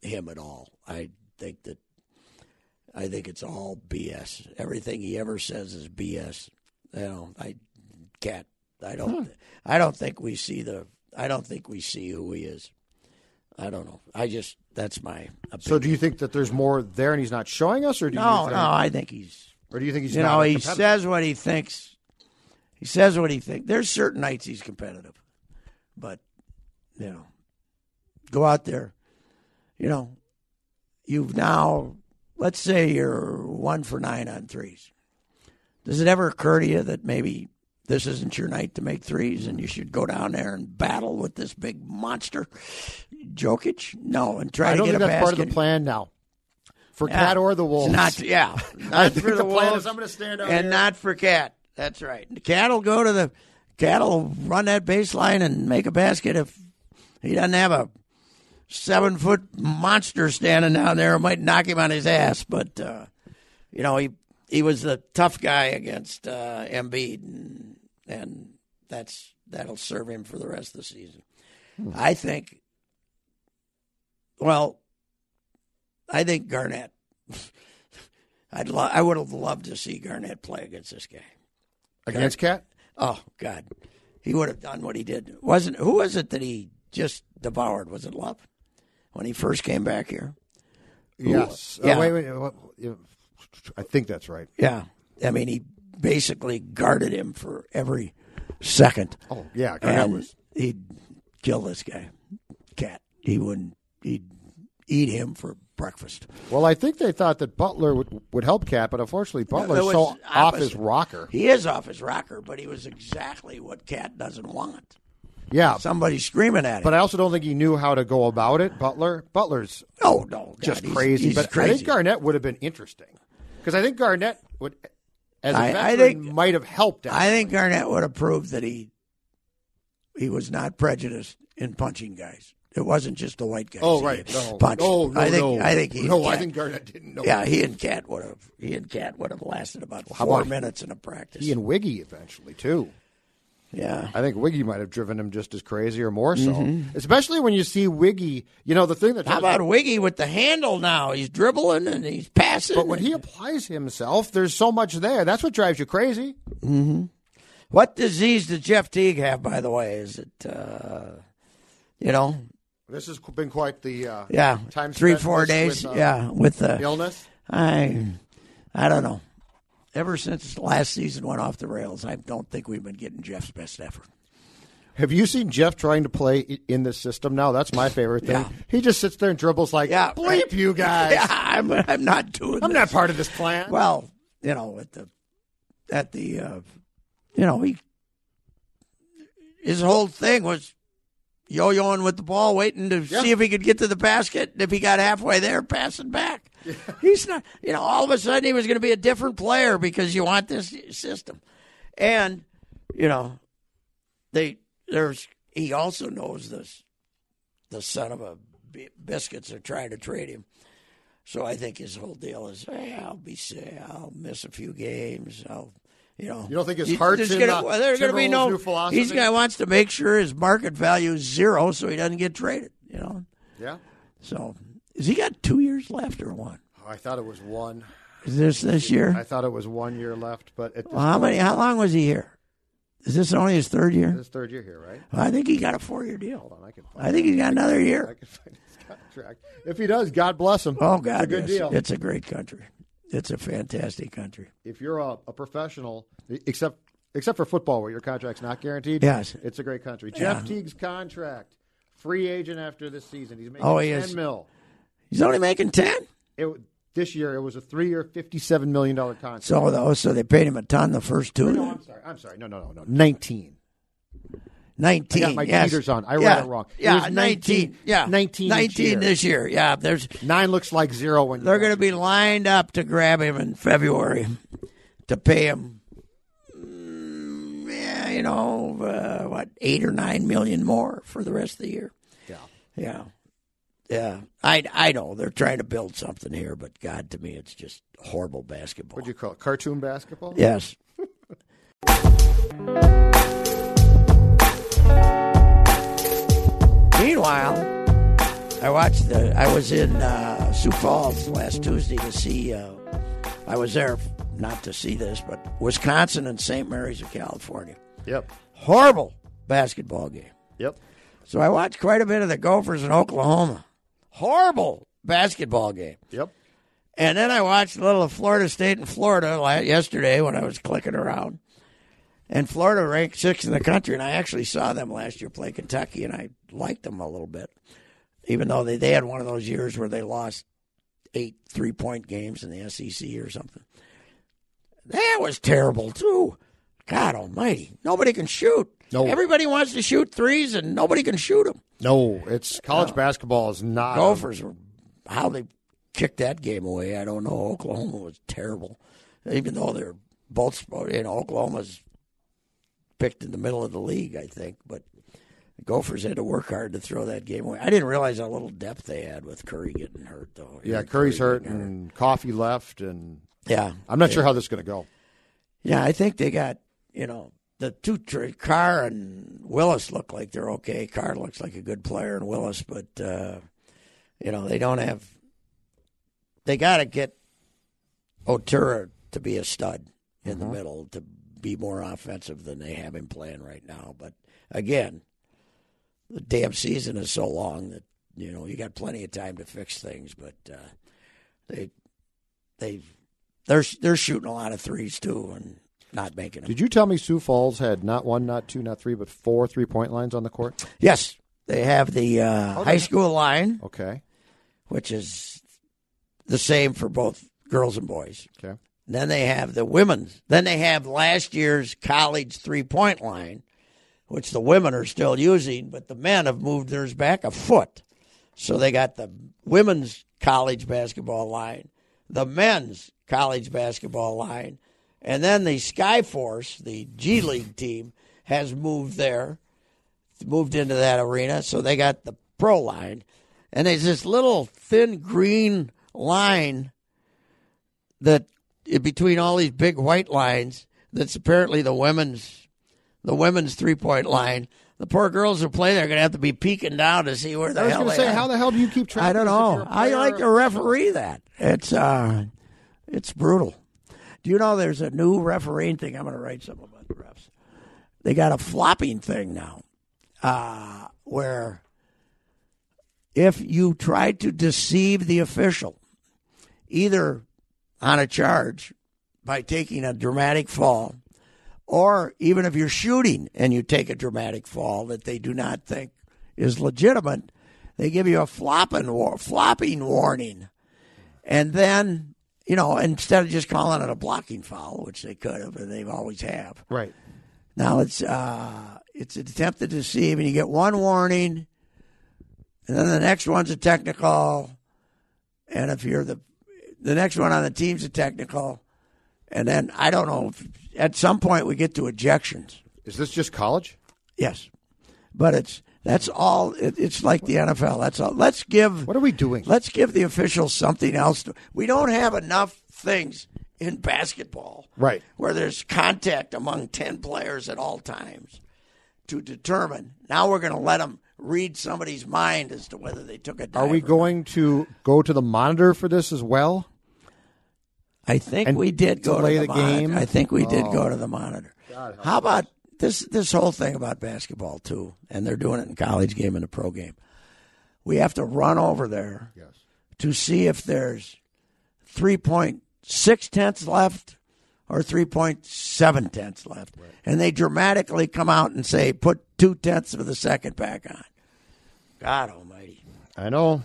B: him at all. I think that I think it's all BS. Everything he ever says is BS. You know, I can't. I don't. I don't think we see the. I don't think we see who he is. I don't know. I just that's my opinion.
C: So do you think that there's more there and he's not showing us, or do you
B: no,
C: think,
B: no. I think he's.
C: or do you think he's
B: you
C: not
B: know,
C: a
B: he
C: competitor?
B: says what he thinks. He says what he thinks. There's certain nights he's competitive, but you know, go out there. You know, you've now. Let's say you're one for nine on threes. Does it ever occur to you that maybe this isn't your night to make threes and you should go down there and battle with this big monster, Jokic? No, and try
C: I
B: to
C: don't
B: get
C: think
B: a
C: that's
B: basket.
C: part of the plan now for
B: Yeah.
C: Cat or the
B: It's
C: Wolves.
B: Not yeah.
C: I
B: Not
C: think
B: for
C: the plan
B: Wolves
C: is I'm going to stand out
B: and
C: here.
B: not for cat. That's right. Cat'll go to the cat'll run that baseline and make a basket if he doesn't have a seven foot monster standing down there. It might knock him on his ass, but uh, you know he he was the tough guy against uh, Embiid, and, and that's that'll serve him for the rest of the season.
C: Hmm.
B: I think. Well, I think Garnett. I'd lo- I would have loved to see Garnett play against this guy.
C: against Cat.
B: Oh God, he would have done what he did. Wasn't who was it that he just devoured? Was it Love when he first came back here?
C: Yes.
B: Yeah.
C: Oh, wait, wait, what- I think that's right.
B: Yeah, I mean he basically guarded him for every second.
C: Oh yeah, Garnett
B: and
C: was.
B: he'd kill this guy. Cat. He wouldn't. He'd eat him for breakfast.
C: Well, I think they thought that Butler would, would help Cat, but unfortunately, Butler's
B: That was
C: so off his
B: opposite.
C: rocker.
B: He is off his rocker, but he was exactly what Cat doesn't want.
C: Yeah,
B: Somebody screaming at him.
C: but I also don't think he knew how to go about it. Butler, Butler's
B: no, Oh, no, God,
C: just
B: he's-
C: crazy.
B: he's
C: but
B: crazy.
C: I think Garnett would have been interesting because I think Garnett would, as a
B: I- I
C: veteran,
B: think-
C: might have helped.
B: I think Garnett would have proved that he he was not prejudiced in punching guys. It wasn't just the white guys.
C: Oh
B: he
C: right, no,
B: punched.
C: Oh, no,
B: I think
C: no.
B: I think he
C: no,
B: and
C: I
B: Cat-
C: think Garnett didn't know.
B: yeah, he and Cat would have he and Cat would have lasted about
C: how
B: four
C: about-
B: minutes in a practice.
C: he and Wiggy eventually too.
B: yeah,
C: I think Wiggy might have driven him just as crazy or more so, especially when you see Wiggy. You know the thing that
B: Mm-hmm. How about Wiggy with the handle now? He's dribbling and he's passing.
C: But when he applies himself, there's so much there. That's what drives you crazy.
B: What disease did Jeff Teague have, by the way? Is it, uh, you know,
C: This has been quite the uh,
B: yeah,
C: time
B: three,
C: spent
B: four
C: with-
B: days,
C: with, uh,
B: yeah, with the
C: illness.
B: I, I don't know. Ever since last season went off the rails, I don't think we've been getting Jeff's best effort.
C: Have you seen Jeff trying to play i- in this system now? That's my favorite thing.
B: Yeah.
C: He just sits there and dribbles like,
B: Yeah,
C: bleep
B: right.
C: you guys.
B: Yeah, I'm, I'm not doing.
C: I'm
B: this.
C: not part of this plan.
B: Well, you know, at the at the uh, you know, he his whole thing was yo-yoing with the ball, waiting to see if he could get to the basket. And if he got halfway there, passing back. He's not, you know, all of a sudden he was going to be a different player because you want this system, and you know, they there's he also knows this. The son of a bi- biscuits are trying to trade him. So I think his whole deal is, hey, I'll be sick. I'll miss a few games. I'll, you know.
C: You don't think his
B: You-
C: heart's
B: there's
C: in,
B: gonna,
C: uh,
B: well, there's gonna be
C: Timberwolves'
B: no.
C: new philosophy?
B: He's guy wants to make sure his market value is zero, so he doesn't get traded. You know.
C: yeah.
B: So has he got two years left or one?
C: Oh, I thought it was one.
B: Is this this
C: I
B: year?
C: thought it was one year left, but at this,
B: Well, how many? How long was he here? Is this only his third year?
C: this third year here, right?
B: I think he got a four-year deal.
C: Hold on, I can find,
B: I think he's got another year.
C: I can find his contract. If he does, God bless him.
B: Oh God,
C: it's a good
B: yes.
C: deal.
B: It's a great country. It's a fantastic country.
C: if you're a, a professional, e, except except for football where your contract's not guaranteed,
B: Yes.
C: it's a great country. Jeff Teague's contract, free agent after this season, he's making
B: Oh, he
C: ten
B: is.
C: mil.
B: He's only making ten.
C: It, this year it was a three-year, fifty-seven million dollar contract.
B: So though, so they paid him a ton the first two.
C: no, I'm sorry, I'm sorry, no, no, no, no, nineteen.
B: Nineteen.
C: I got my
B: yes.
C: cheaters on. I read
B: yeah.
C: it wrong. It
B: Yeah,
C: was
B: 19,
C: 19
B: Yeah,
C: 19 each year.
B: this year. Yeah, there's
C: Nine looks like zero when
B: they're going
C: to
B: to be lined up to grab him in February to pay him. mm, Yeah, you know uh, what, eight or nine million more for the rest of the year.
C: Yeah.
B: Yeah, yeah. I I know they're trying to build something here, but God, to me, it's just horrible basketball.
C: What'd you call it? Cartoon basketball?
B: yes. Meanwhile, I watched the. I was in uh, Sioux Falls last Tuesday to see. Uh, I was there not to see this, but Wisconsin and St. Mary's of California.
C: Yep.
B: Horrible basketball game.
C: Yep.
B: So I watched quite a bit of the Gophers in Oklahoma. Horrible basketball game.
C: Yep.
B: And then I watched a little of Florida State and Florida la- yesterday when I was clicking around. And Florida ranked sixth in the country, and I actually saw them last year play Kentucky, and I liked them a little bit, even though they, they had one of those years where they lost eight three point games in the SEC or something. That was terrible too. God Almighty, nobody can shoot.
C: No.
B: Everybody wants to shoot threes, and nobody can shoot them.
C: No, it's college basketball is not.
B: Gophers were how they kicked that game away. I don't know. Oklahoma was terrible, even though they're both. You know, Oklahoma's picked in the middle of the league, I think, but the Gophers had to work hard to throw that game away. I didn't realize how little depth they had with Curry getting hurt, though.
C: Yeah, Curry's hurt
B: getting
C: and Coffee left, and
B: Yeah,
C: I'm not sure how this is going to go.
B: yeah. I think they got you know the two tr- Carr and Willis look like they're okay. Carr looks like a good player, and Willis, but uh, you know they don't have. They got to get Otura to be a stud in the middle to be more offensive than they have him playing right now. But again, the damn season is so long that you know you got plenty of time to fix things. But uh, they they they're they're shooting a lot of threes too and not making them.
C: Did you tell me Sioux Falls had not one, not two, not three, but four three point lines on the court?
B: Yes, they have the uh, high school line,
C: Okay.
B: which is the same for both girls and boys.
C: Okay.
B: Then they have the women's. Then they have last year's college three point line, which the women are still using, but the men have moved theirs back a foot. So they got the women's college basketball line, the men's college basketball line, and then the Skyforce, the G League team, has moved there, moved into that arena. So they got the pro line. And there's this little thin green line that in between all these big white lines that's apparently the women's the women's three point line. The poor girls who play there are going to have to be peeking down to see where the
C: I was
B: hell
C: going to
B: they
C: say,
B: are.
C: how the hell do you keep track?
B: I don't
C: of this if you're
B: know.
C: a
B: I
C: player?
B: like to referee that. It's uh, it's brutal. Do you know there's a new refereeing thing? I'm going to write something about the refs. They got a flopping thing now, uh, where if you try to deceive the official, either on a charge by taking a dramatic fall, or even if you're shooting and you take a dramatic fall that they do not think is legitimate, they give you a flopping war, flopping warning, and then you know instead of just calling it a blocking foul, which they could have and they've always have,
C: Right.
B: now it's uh, it's an attempt to deceive, and you get one warning, and then the next one's a technical, and if you're the the next one on the team's a technical, and then I don't know. If, at some point, we get to ejections.
C: Is this just college?
B: Yes, but it's that's all. It, it's like the NFL. That's all. Let's give.
C: What are we doing?
B: Let's give the officials something else. To, we don't have enough things in basketball,
C: Right.
B: Where there's contact among ten players at all times to determine. Now we're going to let them read somebody's mind as to whether they took a.
C: Are
B: dive
C: we
B: or-
C: going to go to the monitor for this as well?
B: I think
C: and
B: we did go to
C: delay
B: the,
C: the
B: monitor.
C: game? Oh.
B: I think we did go to the monitor. How about this this whole thing about basketball too? And they're doing it in college game and the pro game. We have to run over there to see if there's three point six tenths left or three point seven tenths left, and they dramatically come out and say, "Put two tenths of the second back on." God Almighty!
C: I know.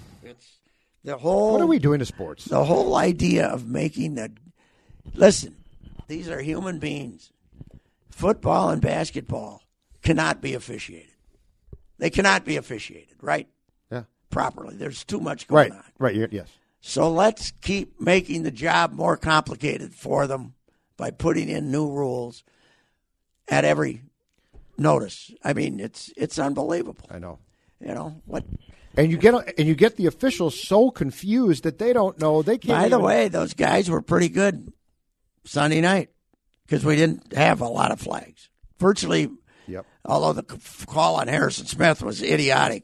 B: The whole
C: What are we doing to sports?
B: the whole idea of making the listen these are human beings football and basketball cannot be officiated they cannot be officiated right
C: Yeah.
B: properly there's too much going
C: Right.
B: on
C: Right. you're- Yes.
B: so let's keep making the job more complicated for them by putting in new rules at every notice i mean it's it's unbelievable
C: I know.
B: you know what
C: And you get and you get the officials so confused that they don't know they can't.
B: By the
C: even-
B: way, those guys were pretty good Sunday night because we didn't have a lot of flags. Virtually,
C: Yep.
B: although the c- call on Harrison Smith was idiotic,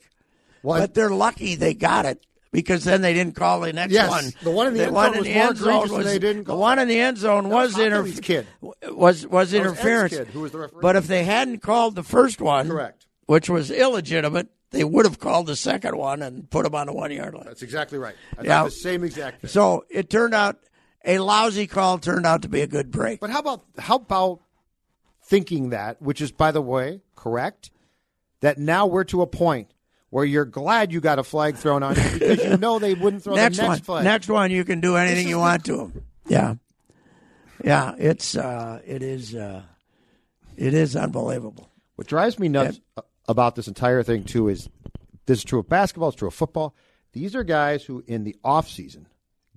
C: Well,
B: but they're lucky they got it because then they didn't call the next
C: Yes,
B: one.
C: the one in the end zone was more egregious than they didn't
B: the
C: call.
B: one in the end zone was
C: Hockley's
B: interf-
C: kid.
B: w- was was
C: was Ed's
B: interference.
C: kid who was the referee.
B: But if they hadn't called the first one,
C: Correct.
B: which was illegitimate, they would have called the second one and put him on the one yard line.
C: that's exactly right. I thought
B: Yeah.
C: the same exact thing.
B: So it turned out a lousy call turned out to be a good break.
C: But how about how about thinking that, which is by the way correct, that now we're to a point where you're glad you got a flag thrown on you because you know they wouldn't throw
B: next,
C: the next
B: one,
C: flag.
B: next one, you can do anything you want to him. Yeah, yeah. It's uh, it is uh, it is unbelievable.
C: What drives me nuts about this entire thing too is this is true of basketball, it's true of football. These are guys who in the off season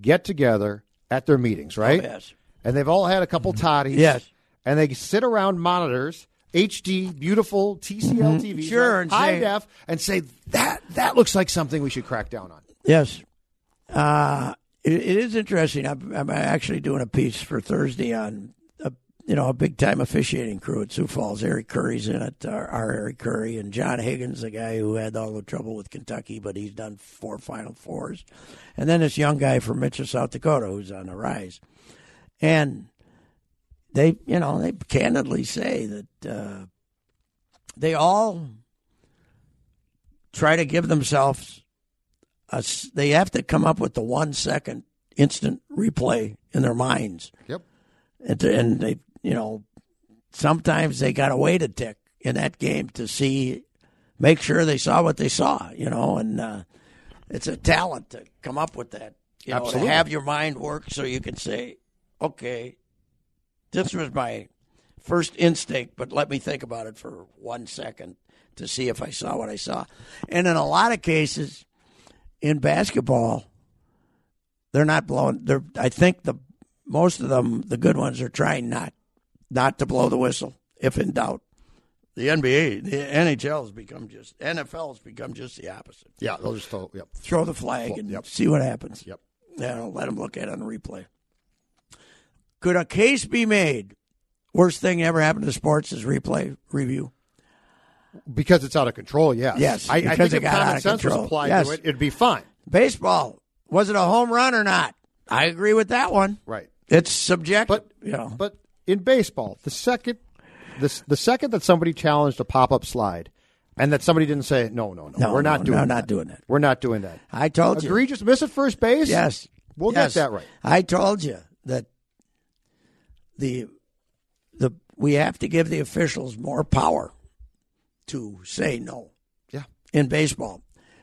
C: get together at their meetings, right?
B: Oh, yes.
C: And they've all had a couple toddies.
B: Mm-hmm. Yes.
C: And they sit around monitors, HD, beautiful TCL TV,
B: Mm-hmm. Sure,
C: like
B: and
C: high
B: say-
C: def, and say that that looks like something we should crack down on.
B: Yes, uh, it, it is interesting. I'm, I'm actually doing a piece for Thursday on a, you know a big time officiating crew at Sioux Falls. Eric Curry's in it, our, our Eric Curry, and John Higgins, the guy who had all the trouble with Kentucky, but he's done four Final Fours, and then this young guy from Mitchell, South Dakota, who's on the rise, and they you know they candidly say that uh, they all try to give themselves a s they have to come up with the one second instant replay in their minds.
C: Yep.
B: And, and they, you know, sometimes they got to wait a tick in that game to see, make sure they saw what they saw, you know, and uh, it's a talent to come up with that. You know,
C: Absolutely.
B: to have your mind work so you can say, okay, this was my first instinct, but let me think about it for one second to see if I saw what I saw. And in a lot of cases, in basketball, they're not blowing. They're I think the most of them, the good ones, are trying not not to blow the whistle if in doubt. The NBA, the NHL has become just NFL has become just the opposite.
C: Yeah, they'll just throw yep.
B: Throw the flag and
C: Yep.
B: see what happens.
C: Yep.
B: Yeah, don't let them look at it on replay. Could a case be made? Worst thing ever happened to sports is replay review.
C: Because it's out of control, yes.
B: Yes,
C: I, I
B: because
C: think
B: it
C: if
B: got out
C: common
B: of
C: sense was
B: control.
C: applied
B: Yes.
C: to it, it'd be fine.
B: Baseball was it a home run or not? I agree with that one.
C: Right.
B: It's subjective.
C: But
B: you know.
C: but in baseball, the second this, the second that somebody challenged a pop up slide, and that somebody didn't say no, no, no,
B: No,
C: we're
B: no,
C: not
B: no,
C: doing that.
B: not doing that.
C: We're not doing that.
B: I told you.
C: Egregious miss at first base.
B: Yes.
C: we'll
B: Yes.
C: get that right.
B: I told you that the the we have to give the officials more power to say no
C: Yeah,
B: in baseball.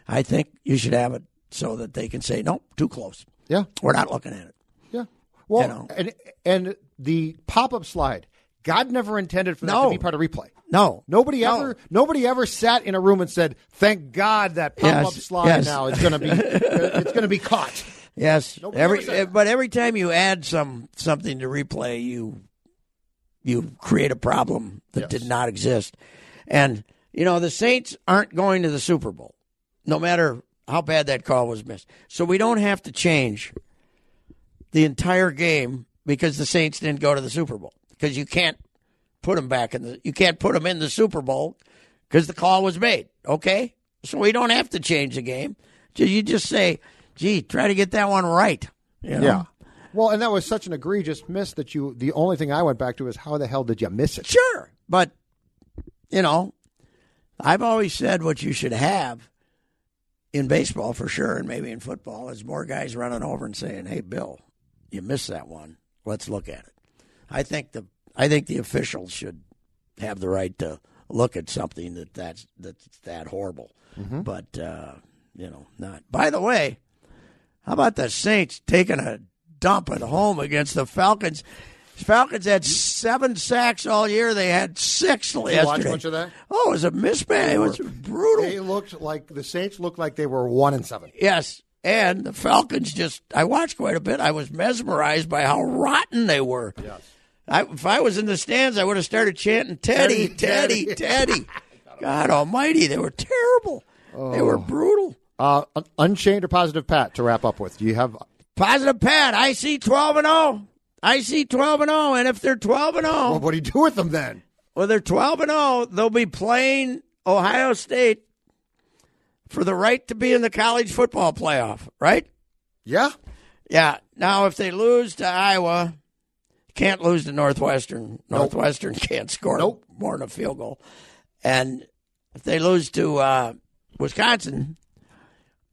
B: I think you should have it so that they can say nope, too close.
C: yeah,
B: We're not looking at it.
C: yeah. Well,
B: You know.
C: and and the pop up slide. God never intended for that to
B: No.
C: be part of replay.
B: No.
C: Nobody
B: No.
C: ever, nobody ever sat in a room and said, "Thank God that pop up
B: Yes,
C: slide
B: yes.
C: now is going to be, it's going to be caught."
B: Yes.
C: Nobody ever
B: Every
C: said that.
B: but every time you add some something to replay, you you create a problem that
C: Yes.
B: did not exist. And you know the Saints aren't going to the Super Bowl, no matter how bad that call was missed. So we don't have to change the entire game because the Saints didn't go to the Super Bowl because you can't put them back in the you can't put them in the Super Bowl because the call was made. Okay, so we don't have to change the game. Ju- You just say, "Gee, try to get that one right." You know?
C: Yeah. Um, Well, and that was such an egregious miss that you. The only thing I went back to is how the hell did you miss it?
B: sure, but you know, I've always said what you should have in baseball for sure, and maybe in football, is more guys running over and saying, "Hey, Bill, you missed that one. Let's look at it." I think the I think the officials should have the right to look at something that that's that's that horrible.
C: Mm-hmm.
B: But uh, you know, not. By the way, how about the Saints taking a dump at home against the Falcons? Falcons had seven sacks all year. They had six yesterday.
C: you watch much of that?
B: Oh, it was a mismatch. It was brutal.
C: They looked like the Saints looked like they were one and seven.
B: Yes. And the Falcons just, I watched quite a bit. I was mesmerized by how rotten they were. Yes. I, if I was in the stands, I would have started chanting, Teddy, Teddy, Teddy. God almighty, they were terrible. They were brutal.
C: Uh, un- unchained or positive, Pat, to wrap up with. Do you have?
B: Positive Pat, I see 12 and 0. I see 12 and 0. And if they're 12 and 0,
C: Well, what do you do with them then?
B: Well, they're 12 and 0. They'll be playing Ohio State for the right to be in the college football playoff, right?
C: Yeah.
B: Yeah. Now, if they lose to Iowa, can't lose to Northwestern. Northwestern can't score
C: Nope.
B: more than a field goal. And if they lose to uh, Wisconsin,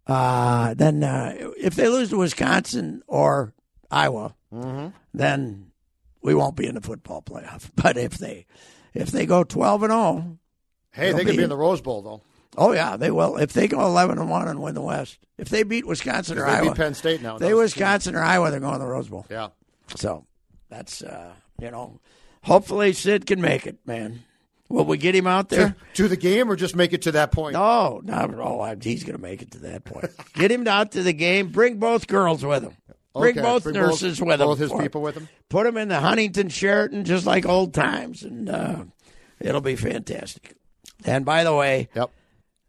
B: uh, then uh, if they lose to Wisconsin or Iowa,
C: Mm-hmm.
B: then we won't be in the football playoff. But if they if they go twelve and zero,
C: Hey, they
B: It'll
C: could
B: be-
C: be in the Rose Bowl though.
B: oh yeah, they will. If they go eleven and one and win the West, if they beat Wisconsin or
C: They
B: Iowa,
C: beat Penn State now.
B: if they
C: That was-
B: Wisconsin or Iowa, they're going to the Rose Bowl.
C: Yeah.
B: So that's uh, you know, hopefully Sid can make it, man. Will we get him out there?
C: To the game or just make it to that point?
B: No, no, oh, I- he's going to make it to that point. get him out to the game. Bring both girls with him. Bring
C: Okay,
B: both nurses with him.
C: Both his
B: for-
C: people with him.
B: Put him in the Huntington Sheraton, just like old times, and uh, it'll be fantastic. And by the way,
C: Yep.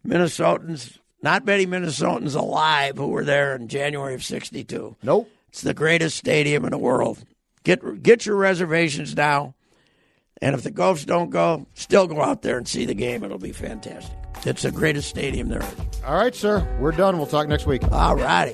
B: Minnesotans, not many Minnesotans alive who were there in January of '62.
C: Nope.
B: It's the greatest stadium in the world. Get get your reservations now. And if the Gophers don't go, still go out there and see the game. It'll be fantastic. It's the greatest stadium there is.
C: All right, sir. We're done. We'll talk next week.
B: All righty.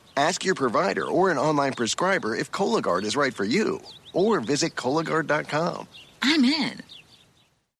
D: Ask your provider or an online prescriber if Cologuard is right for you, or visit Cologuard.com.
E: I'm in.